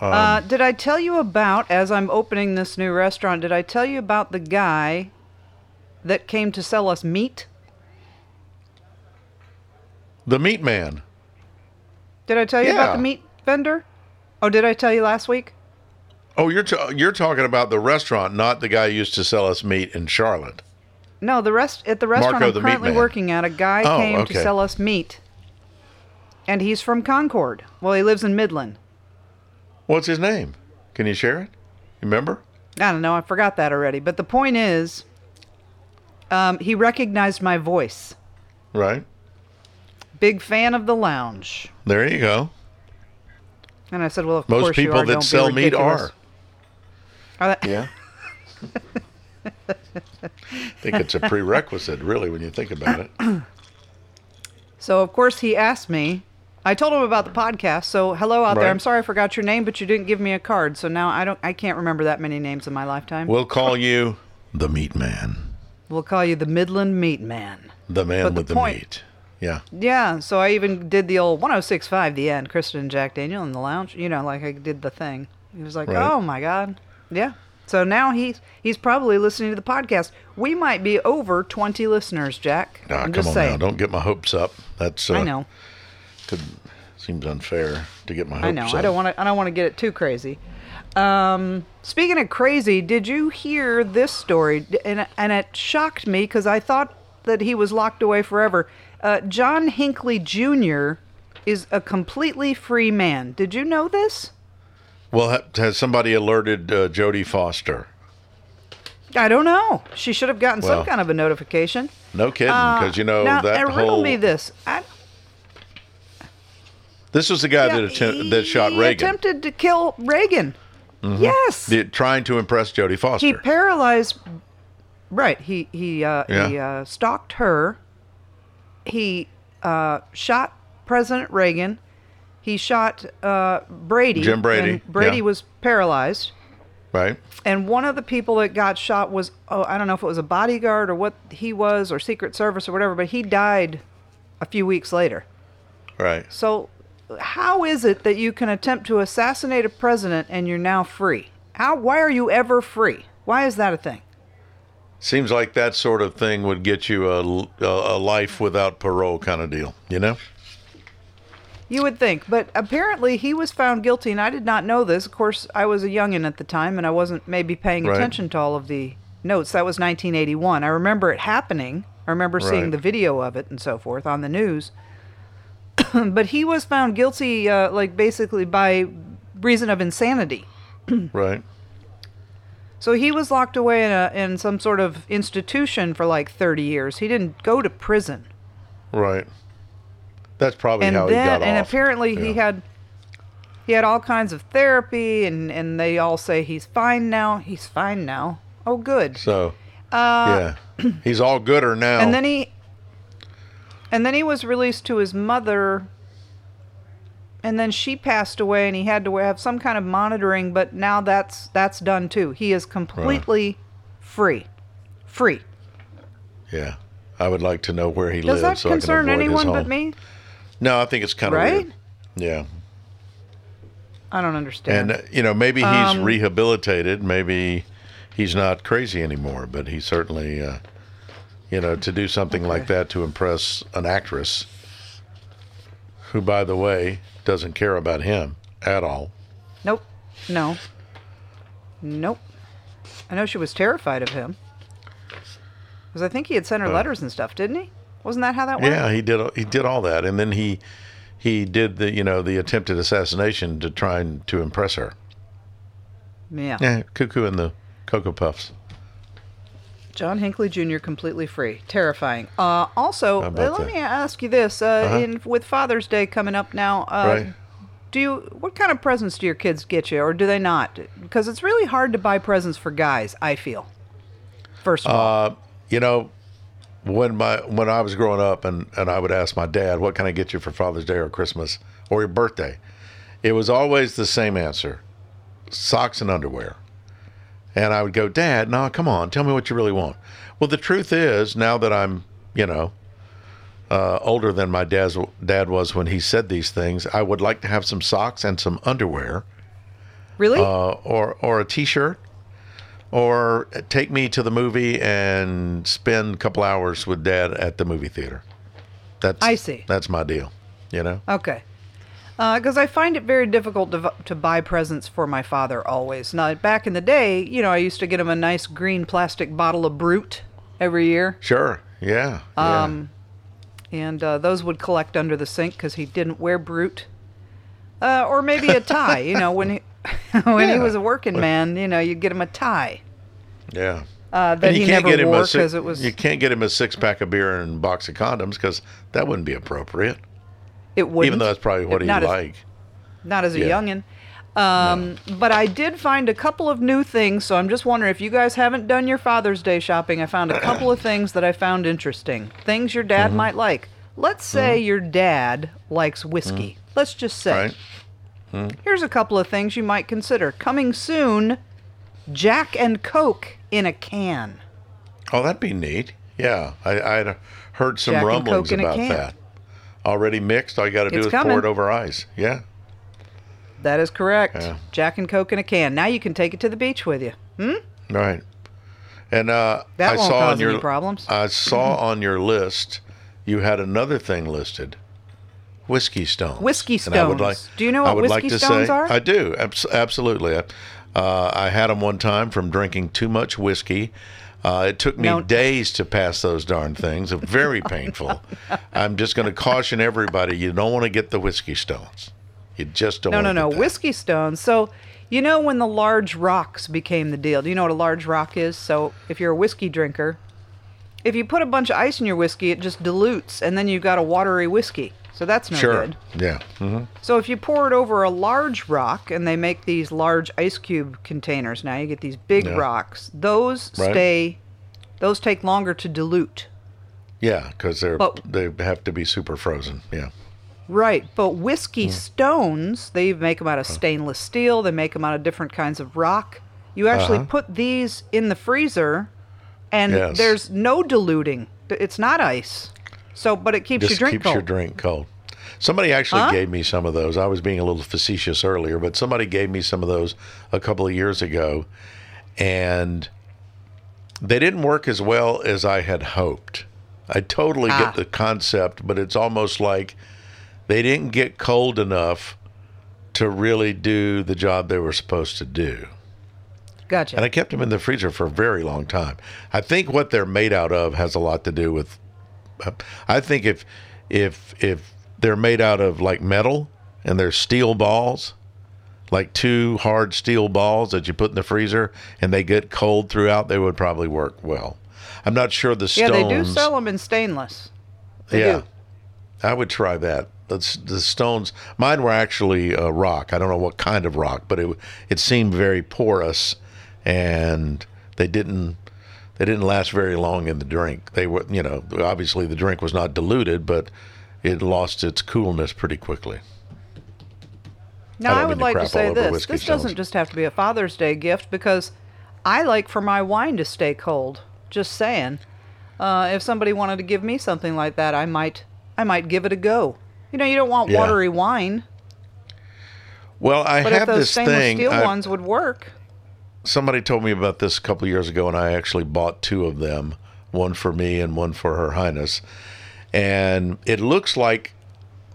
Speaker 4: Um,
Speaker 3: uh, did I tell you about, as I'm opening this new restaurant, did I tell you about the guy that came to sell us meat?
Speaker 4: The Meat Man.
Speaker 3: Did I tell you about
Speaker 4: Yeah.
Speaker 3: the meat vendor? Oh, did I tell you last week?
Speaker 4: Oh, you're ta- you're talking about the restaurant, not the guy who used to sell us meat in Charlotte.
Speaker 3: No, the rest at the restaurant
Speaker 4: Marco the
Speaker 3: I'm
Speaker 4: meat
Speaker 3: currently
Speaker 4: man.
Speaker 3: working at, a guy
Speaker 4: Oh,
Speaker 3: came to
Speaker 4: okay.
Speaker 3: sell us meat. And he's from Concord. Well, he lives in Midland.
Speaker 4: What's his name? Can you share it? Remember?
Speaker 3: I don't know. I forgot that already. But the point is, um, he recognized my voice.
Speaker 4: Right.
Speaker 3: Big fan of the lounge.
Speaker 4: There you go.
Speaker 3: And I said, "Well, of
Speaker 4: Most
Speaker 3: course
Speaker 4: people
Speaker 3: you are.
Speaker 4: that
Speaker 3: Don't
Speaker 4: sell
Speaker 3: be
Speaker 4: meat
Speaker 3: ridiculous."
Speaker 4: are.
Speaker 3: Are that-
Speaker 4: Yeah. I think it's a prerequisite, really, when you think about it.
Speaker 3: So of course he asked me. I told him about the podcast. So hello out there.
Speaker 4: Right.
Speaker 3: I'm sorry I forgot your name, but you didn't give me a card. So now I don't. I can't remember that many names in my lifetime.
Speaker 4: We'll call you the Meat Man,
Speaker 3: We'll call you the Midland Meat Man.
Speaker 4: the man
Speaker 3: But the
Speaker 4: with the,
Speaker 3: point-
Speaker 4: meat. Yeah.
Speaker 3: Yeah. So I even did the old 106.5 the end. Kristen and Jack Daniel in the lounge. You know, like I did the thing. He was like,
Speaker 4: Right.
Speaker 3: "Oh my god." Yeah. So now he's he's probably listening to the podcast. We might be over 20 listeners, Jack.
Speaker 4: Nah,
Speaker 3: I'm
Speaker 4: come
Speaker 3: just
Speaker 4: on now.
Speaker 3: saying.
Speaker 4: Don't get my hopes up. That's uh,
Speaker 3: I know.
Speaker 4: Could, seems unfair to get my hopes
Speaker 3: I know.
Speaker 4: up.
Speaker 3: I don't want to. I don't want to get it too crazy. Um, speaking of crazy, did you hear this story? D- And and it shocked me because I thought that he was locked away forever. Uh, John Hinckley Jr. is a completely free man. Did you know this?
Speaker 4: Well, ha- has somebody alerted uh, Jodie Foster?
Speaker 3: I don't know. She should have gotten
Speaker 4: Well,
Speaker 3: some kind of a notification. Uh,
Speaker 4: No kidding, because you know
Speaker 3: now,
Speaker 4: that
Speaker 3: and riddle
Speaker 4: whole.
Speaker 3: me this. I,
Speaker 4: This was the guy that atten- that shot
Speaker 3: he
Speaker 4: Reagan, Mm-hmm.
Speaker 3: attempted to kill Reagan. Yes.
Speaker 4: the- trying to impress Jodie Foster.
Speaker 3: he paralyzed right he he uh, he
Speaker 4: Yeah.
Speaker 3: uh, stalked her he uh, shot president reagan he shot uh, brady
Speaker 4: Jim Brady,
Speaker 3: and brady
Speaker 4: yeah.
Speaker 3: was paralyzed
Speaker 4: right?
Speaker 3: and one of the people that got shot was oh i don't know if it was a bodyguard or what he was or secret service or whatever but he died a few weeks later
Speaker 4: Right.
Speaker 3: so how is it that you can attempt to assassinate a president and you're now free how why are you ever free why is that a thing
Speaker 4: Seems like that sort of thing would get you a, l- a- a life without parole kind of deal, you know?
Speaker 3: You would think, but apparently he was found guilty, and I did not know this. Of course, I was a youngin' at the time, and I wasn't maybe paying
Speaker 4: Right.
Speaker 3: attention to all of the notes. That was 1981. I remember it happening. I remember seeing
Speaker 4: Right.
Speaker 3: the video of it and so forth on the news. but he was found guilty, uh, like basically by reason of insanity.
Speaker 4: Right.
Speaker 3: So he was locked away in a in some sort of institution for like 30 years. He didn't go to prison.
Speaker 4: Right. That's probably
Speaker 3: and
Speaker 4: how
Speaker 3: then
Speaker 4: he got
Speaker 3: and
Speaker 4: off.
Speaker 3: apparently he
Speaker 4: Yeah.
Speaker 3: had he had all kinds of therapy and and they all say he's fine now he's fine now oh good
Speaker 4: So, yeah. He's all gooder now.
Speaker 3: uh, and then he and then he was released to his mother and then she passed away and he had to have some kind of monitoring but now that's that's done too he is completely free free
Speaker 4: yeah. I would like to know where he
Speaker 3: does
Speaker 4: lives.
Speaker 3: that
Speaker 4: so I can
Speaker 3: concern
Speaker 4: avoid his
Speaker 3: anyone but
Speaker 4: home.
Speaker 3: me
Speaker 4: No, I think it's kind of
Speaker 3: Right?
Speaker 4: weird. Yeah.
Speaker 3: i don't understand
Speaker 4: And uh, you know, maybe he's rehabilitated. Maybe he's not crazy anymore. But he certainly, uh, you know, to do something like that to impress an actress, who, by the way, doesn't care about him at all.
Speaker 3: Nope. No. Nope. I know she was terrified of him. Because I think he had sent her letters and stuff, didn't he? Wasn't that how that went?
Speaker 4: Yeah, he did. He did all that, and then he he did the you know the attempted assassination to try and to impress her.
Speaker 3: Yeah.
Speaker 4: Yeah, cuckoo and the cocoa puffs.
Speaker 3: John Hinckley Jr. completely free. Terrifying. Uh, also,
Speaker 4: about
Speaker 3: let
Speaker 4: that? Uh-huh.
Speaker 3: me ask you this: uh, in with Father's Day coming up now, uh,
Speaker 4: Right.
Speaker 3: do you what kind of presents do your kids get you or do they not because it's really hard to buy presents for guys i feel first of all
Speaker 4: Uh, you know, when my when I was growing up, and and I would ask my dad, "What can I get you for Father's Day or Christmas or your birthday?" It was always the same answer: socks and underwear. And I would go, "Dad, no, come on, tell me what you really want." Well, the truth is, now that I'm, you know. Uh, older than my dad's dad was when he said these things, I would like to have some socks and some underwear,
Speaker 3: really
Speaker 4: uh, or or a T-shirt, or take me to the movie and spend a couple hours with Dad at the movie theater. That's
Speaker 3: I see.
Speaker 4: That's my deal. You know.
Speaker 3: Okay. Because I find it very difficult to, v- to buy presents for my father always. Now, back in the day, you know, I used to get him a nice green plastic bottle of Brute every year,
Speaker 4: Sure. Yeah. Um.
Speaker 3: and uh, those would collect under the sink because he didn't wear Brute. Uh, or maybe a tie, you know, when he, when he
Speaker 4: Yeah.
Speaker 3: was a working man, you know, you'd get him a tie.
Speaker 4: Yeah.
Speaker 3: Uh, that
Speaker 4: And
Speaker 3: he never
Speaker 4: him a
Speaker 3: wore
Speaker 4: si-
Speaker 3: 'cause it was-
Speaker 4: you can't get him a six pack of beer and box of condoms because that wouldn't be appropriate.
Speaker 3: It wouldn't.
Speaker 4: Even though that's probably
Speaker 3: If
Speaker 4: what he
Speaker 3: not as-
Speaker 4: like.
Speaker 3: not as a
Speaker 4: Yeah.
Speaker 3: youngin. Um, But I did find a couple of new things, so I'm just wondering if you guys haven't done your Father's Day shopping. I found a couple of things that I found interesting, things your
Speaker 4: Mm-hmm.
Speaker 3: dad might like. Let's say your dad likes whiskey. Let's just say.
Speaker 4: Right.
Speaker 3: Here's a couple of things you might consider coming soon: Jack and Coke in a can.
Speaker 4: Oh, that'd be neat. Yeah, I I'd heard some
Speaker 3: Jack and
Speaker 4: rumblings
Speaker 3: Coke in a
Speaker 4: about
Speaker 3: can.
Speaker 4: that. Already mixed. All you got to do
Speaker 3: It's
Speaker 4: is
Speaker 3: coming.
Speaker 4: pour it over ice. Yeah.
Speaker 3: That is correct.
Speaker 4: Yeah.
Speaker 3: Jack and Coke in a can. Now you can take it to the beach with you.
Speaker 4: Right. And uh,
Speaker 3: That
Speaker 4: I
Speaker 3: won't
Speaker 4: saw
Speaker 3: cause
Speaker 4: on your
Speaker 3: any problems. Mm-hmm.
Speaker 4: I saw on your list you had another thing listed. Whiskey stones.
Speaker 3: Whiskey
Speaker 4: And I would
Speaker 3: stones.
Speaker 4: like-
Speaker 3: Do you know
Speaker 4: I
Speaker 3: what
Speaker 4: would like
Speaker 3: whiskey
Speaker 4: to
Speaker 3: stones
Speaker 4: say-
Speaker 3: are?
Speaker 4: I do. Abs- absolutely. I- Uh, I had them one time from drinking too much whiskey. Uh, it took me
Speaker 3: No.
Speaker 4: days to pass those darn things. Very painful. I'm just going to caution everybody: you don't want to get the whiskey stones. You just don't.
Speaker 3: No, no,
Speaker 4: wanna
Speaker 3: no.
Speaker 4: get that.
Speaker 3: Whiskey stones. So, you know when the large rocks became the deal? Do you know what a large rock is? So, if you're a whiskey drinker, if you put a bunch of ice in your whiskey, it just dilutes, and then you've got a watery whiskey. So that's no
Speaker 4: Sure.
Speaker 3: good.
Speaker 4: Yeah. hmm
Speaker 3: So if you pour it over a large rock, and they make these large ice cube containers now, you get these big
Speaker 4: Yeah.
Speaker 3: rocks. Those
Speaker 4: Right.
Speaker 3: stay. Those take longer to dilute.
Speaker 4: Yeah, because they're
Speaker 3: But-
Speaker 4: they have to be super frozen. Yeah.
Speaker 3: Right, but whiskey
Speaker 4: Hmm.
Speaker 3: stones, they make them out of stainless steel, they make them out of different kinds of rock. You actually put these in the freezer and
Speaker 4: Uh-huh. Yes.
Speaker 3: there's no diluting. Th- It's not ice. So, but it keeps
Speaker 4: Just
Speaker 3: your drink
Speaker 4: keeps
Speaker 3: cold.
Speaker 4: your drink cold. Somebody actually
Speaker 3: Huh?
Speaker 4: gave me some of those. I was being a little facetious earlier, but somebody gave me some of those a couple of years ago, and they didn't work as well as I had hoped. I totally
Speaker 3: Ah.
Speaker 4: get the concept, but it's almost like they didn't get cold enough to really do the job they were supposed to do.
Speaker 3: Gotcha.
Speaker 4: And I kept them in the freezer for a very long time. I think what they're made out of has a lot to do with. I think if if if they're made out of like metal and they're steel balls, like two hard steel balls that you put in the freezer and they get cold throughout, they would probably work well. I'm not sure the
Speaker 3: yeah,
Speaker 4: stones.
Speaker 3: they do sell them in stainless. They
Speaker 4: yeah,
Speaker 3: do.
Speaker 4: I would try that. That's the stones. Mine were actually uh, rock. I don't know what kind of rock, but it it seemed very porous, and they didn't they didn't last very long in the drink. They were, you know, obviously the drink was not diluted, but it lost its coolness pretty quickly.
Speaker 3: Now,
Speaker 4: I don't
Speaker 3: I
Speaker 4: mean
Speaker 3: would
Speaker 4: to
Speaker 3: like to
Speaker 4: crap all
Speaker 3: say
Speaker 4: over
Speaker 3: this
Speaker 4: whiskey
Speaker 3: this
Speaker 4: stones.
Speaker 3: doesn't just have to be a Father's Day gift because I like for my wine to stay cold. Just saying. Uh, if somebody wanted to give me something like that, I might, I might give it a go. You know, you don't want
Speaker 4: Yeah.
Speaker 3: watery wine.
Speaker 4: Well, I
Speaker 3: But if
Speaker 4: have
Speaker 3: those
Speaker 4: this
Speaker 3: stainless
Speaker 4: thing. uh,
Speaker 3: steel
Speaker 4: I-
Speaker 3: ones would work,
Speaker 4: somebody told me about this a couple years ago, and I actually bought two of them, one for me and one for Her Highness. And it looks like,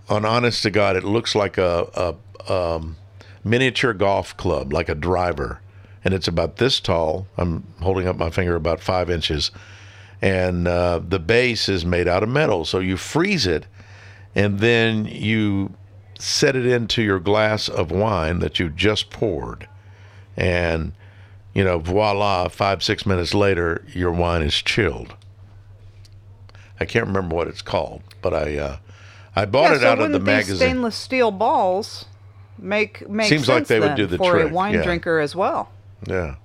Speaker 4: on honest to God, it looks like a, a um, miniature golf club, like a driver, and it's about this tall. I'm holding up my finger about five inches, and uh, the base is made out of metal. So you freeze it, and then you set it into your glass of wine that you just poured and you know voila five six minutes later your wine is chilled i can't remember what it's called but i uh i bought
Speaker 3: yeah.
Speaker 4: it
Speaker 3: so
Speaker 4: out of
Speaker 3: wouldn't
Speaker 4: the
Speaker 3: these
Speaker 4: magazine
Speaker 3: stainless steel balls make make
Speaker 4: Seems like
Speaker 3: sense
Speaker 4: they would
Speaker 3: then
Speaker 4: do the
Speaker 3: for
Speaker 4: trick,
Speaker 3: a wine
Speaker 4: yeah.
Speaker 3: drinker as well.
Speaker 4: Yeah.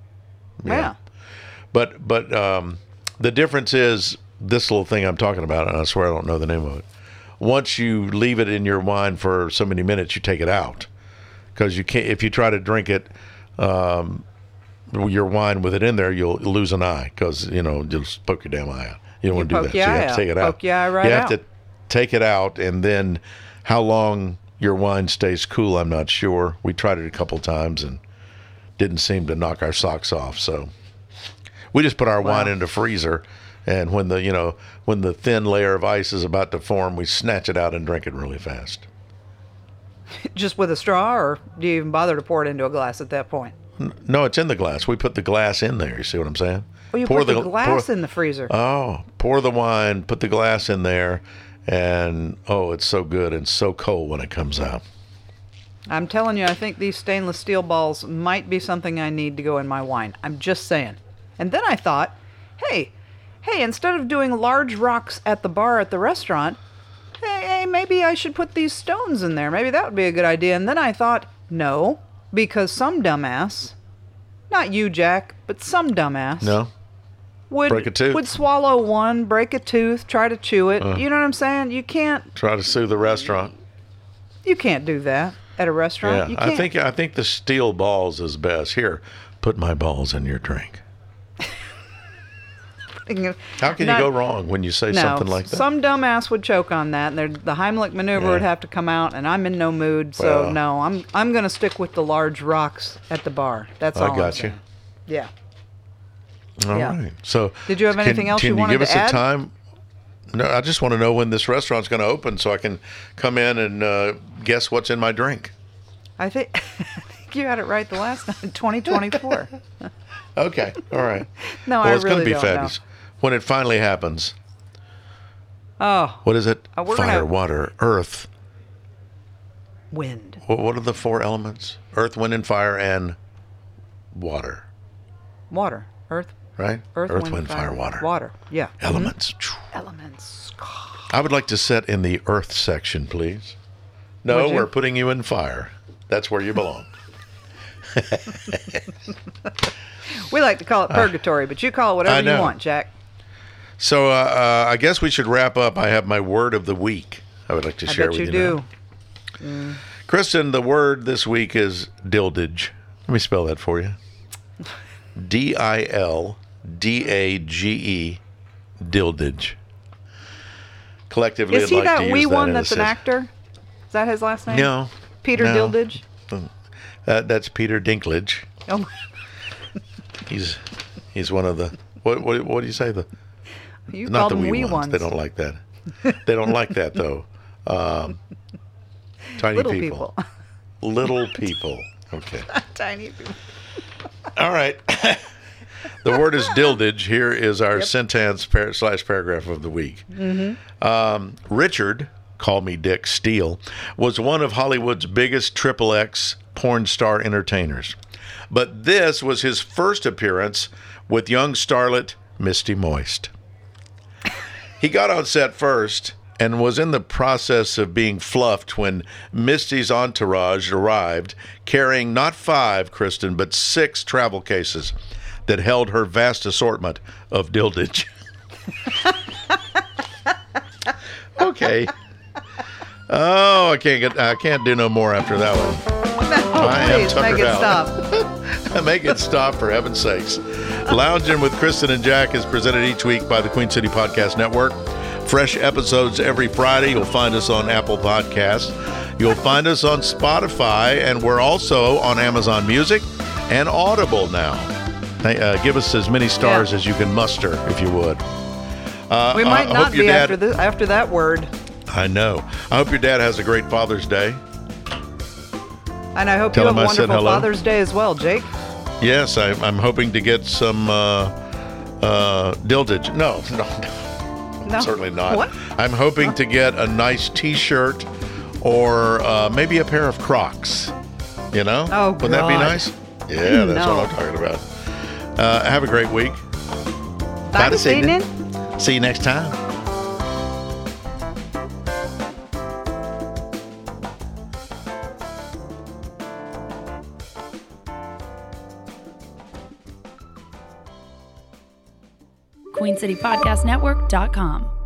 Speaker 3: Yeah.
Speaker 4: But but um, the difference is this little thing I'm talking about, and I swear I don't know the name of it. Once you leave it in your wine for so many minutes, you take it out because you can't. If you try to drink it, um, your wine with it in there, you'll lose an eye because you know you'll just poke your damn eye out. You don't want to do
Speaker 3: poke
Speaker 4: that. So you
Speaker 3: your eye
Speaker 4: have to
Speaker 3: out.
Speaker 4: take it
Speaker 3: Poke
Speaker 4: out.
Speaker 3: your eye right
Speaker 4: you have
Speaker 3: out.
Speaker 4: to take it out, and then how long your wine stays cool, I'm not sure. We tried it a couple times and didn't seem to knock our socks off. So we just put our wine in the freezer, and when the you know when the thin layer of ice is about to form, we snatch it out and drink it really fast.
Speaker 3: Just with a straw, or do you even bother to pour it into a glass at that point?
Speaker 4: No, it's in the glass. We put the glass in there. You see what I'm saying?
Speaker 3: Well, Oh, you put the, glass in the freezer.
Speaker 4: Oh, pour the wine, put the glass in there, and oh, it's so good and so cold when it comes out.
Speaker 3: I'm telling you, I think these stainless steel balls might be something I need to go in my wine. I'm just saying. And then I thought, hey, hey, instead of doing large rocks at the bar at the restaurant, hey, hey, maybe I should put these stones in there. Maybe that would be a good idea. And then I thought, no, because some dumbass, not you, Jack, but some dumbass,
Speaker 4: No,
Speaker 3: would
Speaker 4: break a tooth. Uh.
Speaker 3: would swallow one, break a tooth, try to chew it. you know what I'm saying? You can't,
Speaker 4: try to sue the restaurant.
Speaker 3: you can't do that at a restaurant.
Speaker 4: Yeah,
Speaker 3: You
Speaker 4: I
Speaker 3: can't.
Speaker 4: think I think the steel balls is best. Here, put my balls in your drink. How can
Speaker 3: Not-
Speaker 4: you go wrong when you say something like that?
Speaker 3: Some dumbass would choke on that, and there'd- the Heimlich maneuver would
Speaker 4: Yeah.
Speaker 3: have to come out, and I'm in no mood, so
Speaker 4: Well.
Speaker 3: no, I'm I'm gonna stick with the large rocks at the bar. That's all.
Speaker 4: I
Speaker 3: I'm
Speaker 4: got you.
Speaker 3: saying. Yeah.
Speaker 4: All right.
Speaker 3: Yeah.
Speaker 4: So,
Speaker 3: Did you have
Speaker 4: can-
Speaker 3: anything else
Speaker 4: can
Speaker 3: you wanted to
Speaker 4: give us
Speaker 3: add?
Speaker 4: a time? No, I just want to know when this restaurant's going to open so I can come in and uh, guess what's in my drink.
Speaker 3: I think I think you had it right the last time. 2024.
Speaker 4: Okay. All right.
Speaker 3: No,
Speaker 4: well,
Speaker 3: I
Speaker 4: it's
Speaker 3: really
Speaker 4: going to be
Speaker 3: don't know.
Speaker 4: fabulous when it finally happens.
Speaker 3: Oh.
Speaker 4: What is it?
Speaker 3: Uh, we're
Speaker 4: Fire,
Speaker 3: gonna-
Speaker 4: water, earth.
Speaker 3: Wind.
Speaker 4: What, what are the four elements? Earth, wind, and fire, and water.
Speaker 3: Water. Earth.
Speaker 4: Right.
Speaker 3: Earth.
Speaker 4: wind, fire, water.
Speaker 3: Water. Mm-hmm. Yeah.
Speaker 4: Elements.
Speaker 3: Elements.
Speaker 4: I would like to set in the earth section, please. No,
Speaker 3: Would you?
Speaker 4: we're putting you in fire. That's where you belong.
Speaker 3: We like to call it purgatory, but you call it
Speaker 4: Ah. I
Speaker 3: whatever you
Speaker 4: know.
Speaker 3: want, Jack.
Speaker 4: So uh, uh, I guess we should wrap up. I have my word of the week. I would like to
Speaker 3: I
Speaker 4: share
Speaker 3: bet
Speaker 4: with
Speaker 3: you
Speaker 4: you.
Speaker 3: do.
Speaker 4: now. Kristen, the word this week is dildage. Let me spell that for you. D I L D A G E, dildage. Collectively,
Speaker 3: Is
Speaker 4: I'd
Speaker 3: he
Speaker 4: like to
Speaker 3: that
Speaker 4: use
Speaker 3: wee
Speaker 4: that
Speaker 3: one
Speaker 4: in a
Speaker 3: that's an
Speaker 4: sen-
Speaker 3: actor? Is that his last name?
Speaker 4: No,
Speaker 3: Peter
Speaker 4: no.
Speaker 3: Dildage.
Speaker 4: Uh, that's Peter Dinklage.
Speaker 3: Oh, my-
Speaker 4: He's he's one of the what what what do you say the
Speaker 3: you
Speaker 4: not
Speaker 3: called
Speaker 4: the
Speaker 3: him
Speaker 4: wee,
Speaker 3: wee
Speaker 4: ones.
Speaker 3: ones.
Speaker 4: They don't like that. They don't like that though. Um, tiny
Speaker 3: Little
Speaker 4: people.
Speaker 3: people.
Speaker 4: Little people. Okay.
Speaker 3: Tiny people.
Speaker 4: All right. the word is dildage. Here is our sentence par- slash paragraph of the week. Um, Richard, call me Dick Steele, was one of Hollywood's biggest triple X porn star entertainers. But this was his first appearance with young starlet Misty Moist. He got on set first and was in the process of being fluffed when Misty's entourage arrived, carrying not five, Kristen, but six travel cases that held her vast assortment of dildage. okay. Oh, I can't get I can't do no more after that one. I am
Speaker 3: Please make
Speaker 4: tuckered
Speaker 3: it
Speaker 4: out.
Speaker 3: stop.
Speaker 4: Make it stop, for heaven's sakes. Lounging with Kristen and Jack is presented each week by the Queen City Podcast Network. Fresh episodes every Friday. You'll find us on Apple Podcasts. You'll find us on Spotify, and we're also on Amazon Music and Audible now. Hey, uh, give us as many stars
Speaker 3: Yeah.
Speaker 4: as you can muster, if you would. Uh,
Speaker 3: We
Speaker 4: I-
Speaker 3: might
Speaker 4: I
Speaker 3: not
Speaker 4: hope your
Speaker 3: be
Speaker 4: dad-
Speaker 3: after the, after that word.
Speaker 4: I know. I hope your dad has a great Father's Day.
Speaker 3: And I hope
Speaker 4: Tell
Speaker 3: you
Speaker 4: him
Speaker 3: have a
Speaker 4: I said
Speaker 3: wonderful
Speaker 4: hello.
Speaker 3: Father's Day as well, Jake.
Speaker 4: Yes, I, I'm hoping to get some uh, uh, dildage. No, no, no.
Speaker 3: No,
Speaker 4: Certainly not.
Speaker 3: What?
Speaker 4: I'm hoping to get a nice T-shirt or uh, maybe a pair of Crocs. You know?
Speaker 3: Oh,
Speaker 4: Wouldn't that be
Speaker 3: God.
Speaker 4: nice? Yeah, that's
Speaker 3: No.
Speaker 4: what I'm talking about. Uh, have a great week.
Speaker 3: Bye
Speaker 4: this
Speaker 3: this
Speaker 4: evening.
Speaker 3: evening.
Speaker 4: See you next time.
Speaker 1: queencitypodcastnetwork.com.